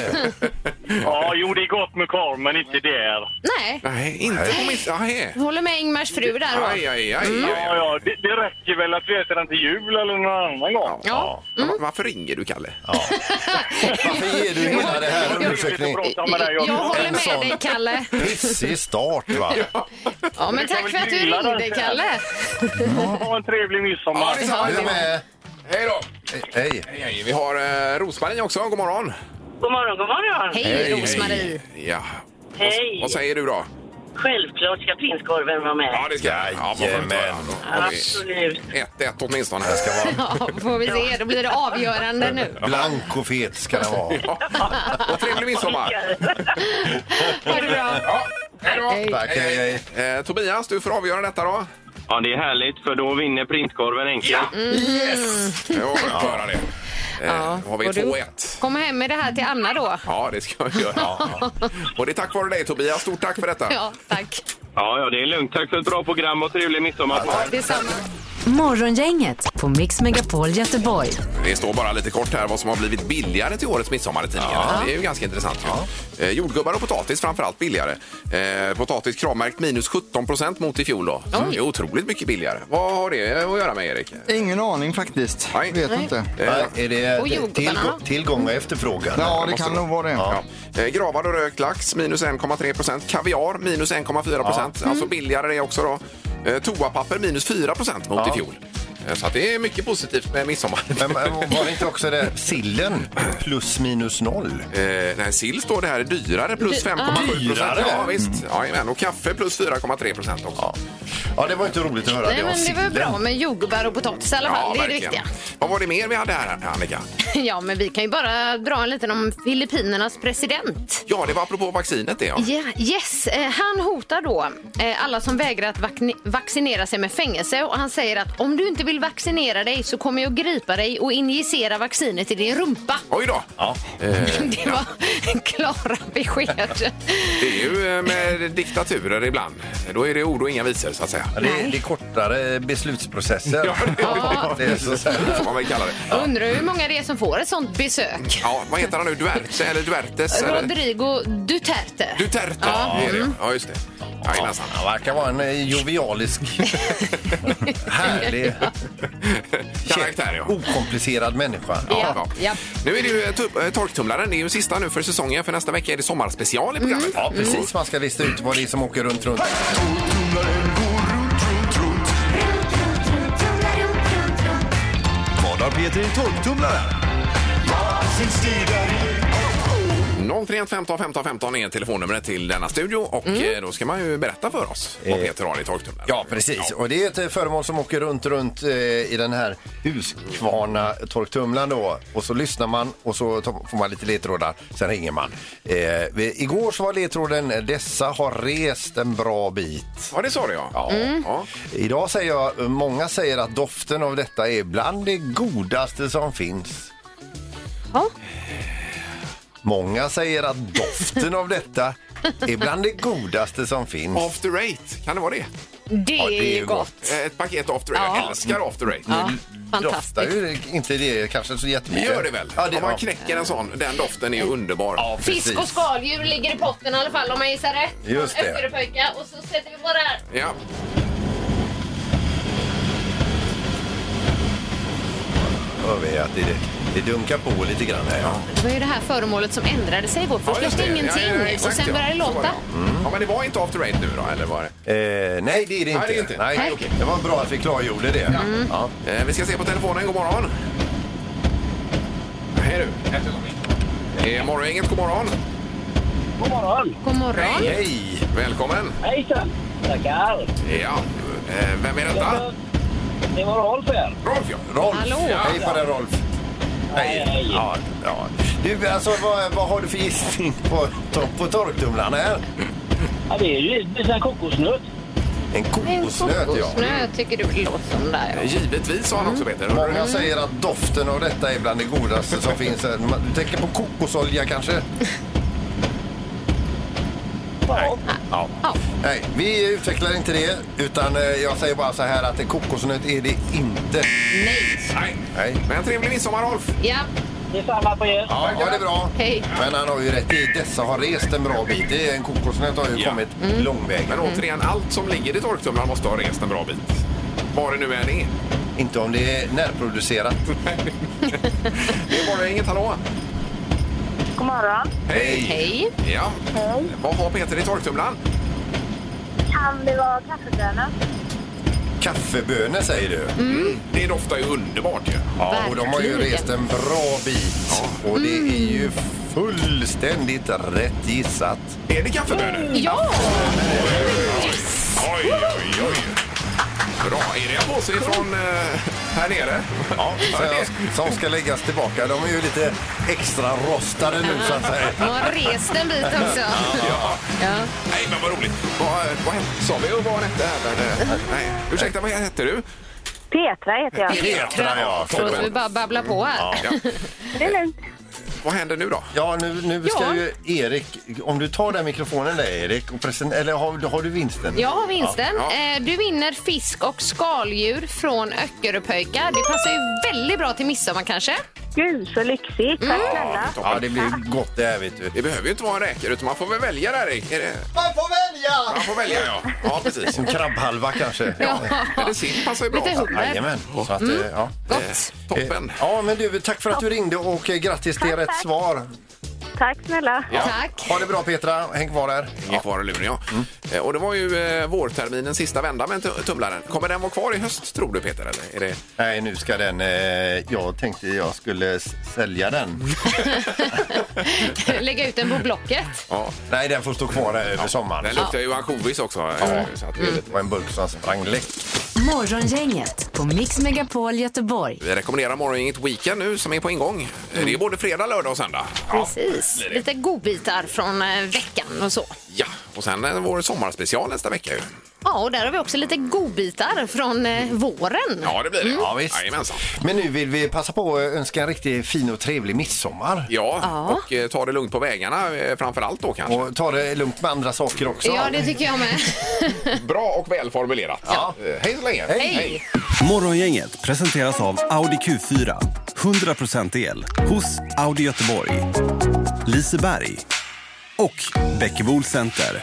J: Ja, jo, det är gott med korv, men inte där.
F: Nej,
C: Nej, inte på midsommar.
F: håller med Ingmars fru där då. Mm.
C: Aj, aj, aj, aj.
J: Ja, ja, det, det räcker väl att vi äter den till jul eller någon annan gång.
F: Ja.
C: Men va- Varför ringer du, Kalle?
D: Varför ger du hela det här undersökningen?
J: Prata med dig om
F: Jag håller
D: En
F: med
D: sån.
F: dig, Kalle.
D: Pissig start va?
F: Ja, men tack för att du ringde, Kalle.
J: Ha en trevlig midsommar.
D: Är du med?
C: Hej då!
D: Hej.
C: Hej, hej. Vi har eh, Rosmarie också, god morgon.
J: God morgon, god morgon.
F: Hej, Rosmarie.
C: Ja.
H: Hej.
C: Vad säger du då?
H: Självklart ska prinskorven vara med.
C: Ja, det ska jag. Ja, vad skönt.
D: Jajamän.
C: Då har vi
H: Absolut.
C: 1-1 åtminstone. Här ska vara.
F: [laughs] Ja, får vi se. Då blir det avgörande nu.
D: Blank och fet ska den vara.
C: Och trevlig midsommar!
F: Ha det bra.
C: Ja, hej då!
F: Hej.
D: Tack, hej, hej.
C: Eh, Tobias, du får avgöra detta då.
J: Ja, det är härligt, för då vinner prinskorven enkelt.
C: Yes! Mm. Ja, jag
F: [laughs]
C: klarar det. Eh,
F: Ja,
C: då har vi
F: och du-
C: 2-1.
F: Kom hem med det här till Anna då.
C: Ja, det ska jag göra. Och det är tack vare dig Tobias. Stort tack för detta.
F: Ja, tack.
J: Ja, ja, det är lugnt. Tack för ett bra program och trevlig midsommar på er.
F: Detsamma.
B: Morgongänget på Mix Megapol Göteborg.
C: Det står bara lite kort här vad som har blivit billigare till årets midsommar i tidningarna. Det är ju ganska intressant. ju. Eh, jordgubbar och potatis framförallt billigare. Eh, potatis kravmärkt minus 17 procent mot i fjol då. Mm, Det är otroligt mycket billigare. Vad har det att göra med Erik?
E: Ingen aning faktiskt.
C: Nej.
E: Vet inte.
C: Eh,
D: Är det
F: Och jordgubbarna.
D: tillgå- tillgång och efterfrågan?
E: Ja, det
C: måste
E: kan
C: det
E: nog vara det.
C: Ja. Eh, Gravad och rökt lax minus 1,3 procent. Kaviar minus 1,4 procent. Alltså billigare det också då. Eh, Toapapper minus 4 procent mot i fjol. Eh, Så att det är mycket positivt med midsommar.
D: Men men var det inte också det sillen plus minus noll?
C: Eh, nej, sill står det här är dyrare plus 5,7 procent.
D: Dyrare?
C: Ja, visst. Jajamän. och kaffe plus 4,3 procent också.
D: Ja. ja, det var inte roligt att höra.
F: Nej, men det var
D: sillen.
F: bra med jordgubbar och potatis i alla fall. Det är det
C: verkligen.
F: viktiga.
C: Vad var det mer vi hade här, Annika?
F: [laughs] Ja, men vi kan ju bara dra en liten om Filippinernas president.
C: Ja, det var apropå vaccinet det. Ja.
F: Ja, yes, eh, han hotar då eh, alla som vägrar att vac- vaccinera sig med fängelse och han säger att om du inte vill vaccinera dig så kommer jag gripa dig och injicera vaccinet i din rumpa.
C: Oj då!
F: [laughs] Det var klara besked.
C: Det är ju eh, med diktaturer ibland. Då är det ord och inga visor, så att säga.
D: Ja, Det, det är kortare beslutsprocesser.
C: Ja, det-
D: det är så så här.
C: [laughs] Får man väl kalla det.
F: Undrar hur många det är som får ett sånt besök.
C: Ja, vad heter han nu? Duerte eller Duertes? Eller?
F: Rodrigo Duterte.
C: Duterte, ja. det är
F: Mm.
C: det. Ja, just det. Jajamensan.
D: Han verkar vara en
F: [laughs]
D: eh, jovialisk, härlig,
C: [laughs] Karaktär, ja.
D: okomplicerad människa.
F: Ja.
C: Ja. Nu är det ju eh, tu- eh, torktumlaren. Det är ju sista nu för säsongen. För nästa vecka är det sommarspecial i programmet.
D: Mm. Ja,
C: Mm.
D: precis. Man ska lista ut vad det är som åker runt, runt.
M: Vad har Peter i torktumlaren?
C: 031 15 15 15 är telefonnumret till denna studio. Och eh, då ska man ju berätta för oss vad Peter har i torktumlaren.
D: Mm. Eh. Ja, precis. Och det är ett eh, föremål som åker runt, runt eh, i den här Husqvarna-torktumlaren då. Och så lyssnar man och så tar- får man lite ledtrådar. Sen ringer man. Eh, vi- igår så var ledtråden dessa har rest en bra bit.
C: Ja, det sa du ja. ja.
D: Mm.
C: ja.
D: Idag säger jag, många säger att doften av detta är bland det godaste som finns.
F: Ja.
D: Många säger att doften av detta är bland det godaste som finns.
C: After Eight, kan det vara det?
F: Det
D: Ja,
F: är ju gott.
C: Eh, Ett paket After Eight.
F: Ja.
C: Jag älskar After Eight.
F: Ja,
D: Eh, Doftar
F: fantastiskt.
D: ju inte det kanske så
C: Det
D: jättemycket.
C: gör det väl?
D: Ja, det,
C: Om man
D: ja. Mm.
C: knäcker en sån. Den doften är ju underbar.
D: ja, precis.
F: Fisk och skaldjur ligger i potten i alla fall om jag gissar rätt.
D: Just det.
F: Öckeröpöjka och så sätter vi bara här.
C: Ja.
D: Hör vi att det, det dunkar på lite grann här. Ja.
F: Det var ju det här föremålet som ändrade sig igår. Först
C: Ja, just
F: hette
C: det.
F: ingenting
C: Ja, ja, ja, exakt,
F: och sen
C: ja.
F: började det
C: Så var
F: låta.
C: ja. Ja, men det var inte After Eight nu då, eller var det?
D: Eh, nej, det är det inte.
C: Nej, det är inte.
D: Nej,
C: Nej,
D: okej. Det var bra att vi klargjorde det. Mm. Ja.
C: Eh, vi ska se på telefonen. God morgon. Hej du. Det är morgongänget. God morgon.
N: God morgon!
F: God morgon!
C: Hej! Välkommen!
N: Hejsan! Tackar!
C: Ja, eh, vem är detta?
N: Det var Rolf här.
C: Rolf, ja. Rolf.
N: Hallå.
D: Hej på dig Rolf. Hej. Ja, ja. Du, alltså, vad, vad har du för gissning på, på torktumlaren här?
N: Ja, det är ju en kokosnöt.
D: En kokosnöt, ja.
F: Kokosnöt tycker du låter som där. ja.
C: Eh, Givetvis har han också Peter.
D: Många
C: Mm.
D: säger att doften av detta är bland det godaste som finns. Man- Du tänker på kokosolja kanske? Nej. Ja. Nej, vi utvecklar inte det. Utan eh, jag säger bara så här att en kokosnöt är det inte.
C: Nej.
D: Nej.
C: Men trevlig midsommar Rolf!
F: Ja.
N: Detsamma på er.
D: Ja, ha det bra.
F: Hej.
D: Men han har ju rätt i. Dessa har rest en bra bit. Det är en kokosnöt har ju kommit lång väg.
C: Men återigen, allt som ligger i torktumlaren måste ha rest en bra bit. Vad det nu än är.
D: Inte om det är närproducerat.
C: Det är bara inget hallå.
H: God morgon.
C: Hej!
F: Hej!
C: Ja. Vad har Peter i torktumlaren?
H: Kan det vara kaffebönor?
D: Kaffebönor säger du?
C: Det doftar ju underbart ju.
D: Ja, och de har ju
C: Mm, Verkligen.
D: rest en bra bit. Och det är ju fullständigt rätt gissat.
C: Är det kaffebönor?
F: Ja!
C: Oj, oj, oj. Bra. Är det en påse ifrån eh, här nere?
D: Ja, som ska läggas tillbaka. De är ju lite extra rostade nu så att säga.
F: De har rest en bit också.
C: Ja.
F: Ja.
C: Nej, men vad roligt. Vad, vad hette- sa vi och vad han hette? här? Eh, Nej. Ursäkta, vad hette du?
H: Petra heter jag.
D: Petra, ja.
F: Förlåt, vi bara babblar på här.
H: Det är lugnt.
C: Vad händer nu då?
D: Ja, nu, nu ska
F: Ja.
D: ju Erik... Om du tar den mikrofonen där, Erik, och present, eller har, har du vinsten?
F: Jag har vinsten.
D: Ja.
F: Eh, Du vinner fisk och skaldjur från Öckeröpöjka. Det passar ju väldigt bra till midsommar kanske.
H: Gud, så lyxigt. Tack snälla.
D: Ja, det blir gott det här, vet du.
C: Det behöver ju inte vara en räkor, utan man får väl välja där, Erik. Är det...
E: Man får välja!
C: Man får välja, ja. Ja, precis.
D: Som krabbhalva kanske.
F: Ja. Mm.
C: Eller sill passar ju bra.
F: Lite hummer.
D: Jajamän. Så att, eh, ja.
F: Gott.
C: Toppen.
D: Eh, Ja, men du, tack för att du ringde och eh, grattis till rätt svar.
H: Tack snälla.
C: Ja.
F: Tack. [laughs]
D: Ha det bra Petra, häng kvar där.
C: Hänger kvar i luren, ja. Eh, Och det var ju eh, vårterminens sista vända med tu- tumlaren. Kommer den vara kvar i höst, tror du, Peter? Eller är det...
D: Nej, nu ska den... Eh, jag tänkte jag skulle s-
C: [laughs]
D: sälja den.
F: Lägga ut den på Blocket.
C: Ja.
D: Nej, den får stå kvar här över sommaren.
C: Den luktar ju ansjovis också. eh, Så att det är lite...
D: Och en burk som sprang läck.
B: Morgongänget på Mix Megapol Göteborg.
C: Vi rekommenderar morgongänget Weekend nu som är på ingång. Det är både fredag, lördag och söndag.
F: Precis. Lite godbitar från eh, veckan och så.
C: Ja, och sen eh, vår sommarspecial nästa vecka ju.
F: Ja, och där har vi också lite godbitar från eh, våren.
C: Ja, det blir det.
D: Ja, visst.
C: Mm. Jajamensan.
D: Men nu vill vi passa på att önska en riktigt fin och trevlig midsommar.
C: Ja,
F: Ja.
C: och eh, ta det lugnt på vägarna eh, framför allt då kanske.
D: Och ta det lugnt med andra saker också.
F: Ja, det tycker jag med.
C: Bra och välformulerat.
D: Ja.
C: Eh, Hej så länge.
F: Hej.
O: Morgongänget presenteras av Audi Q4. 100% el hos Audi Göteborg, Liseberg och Bäckebol Center.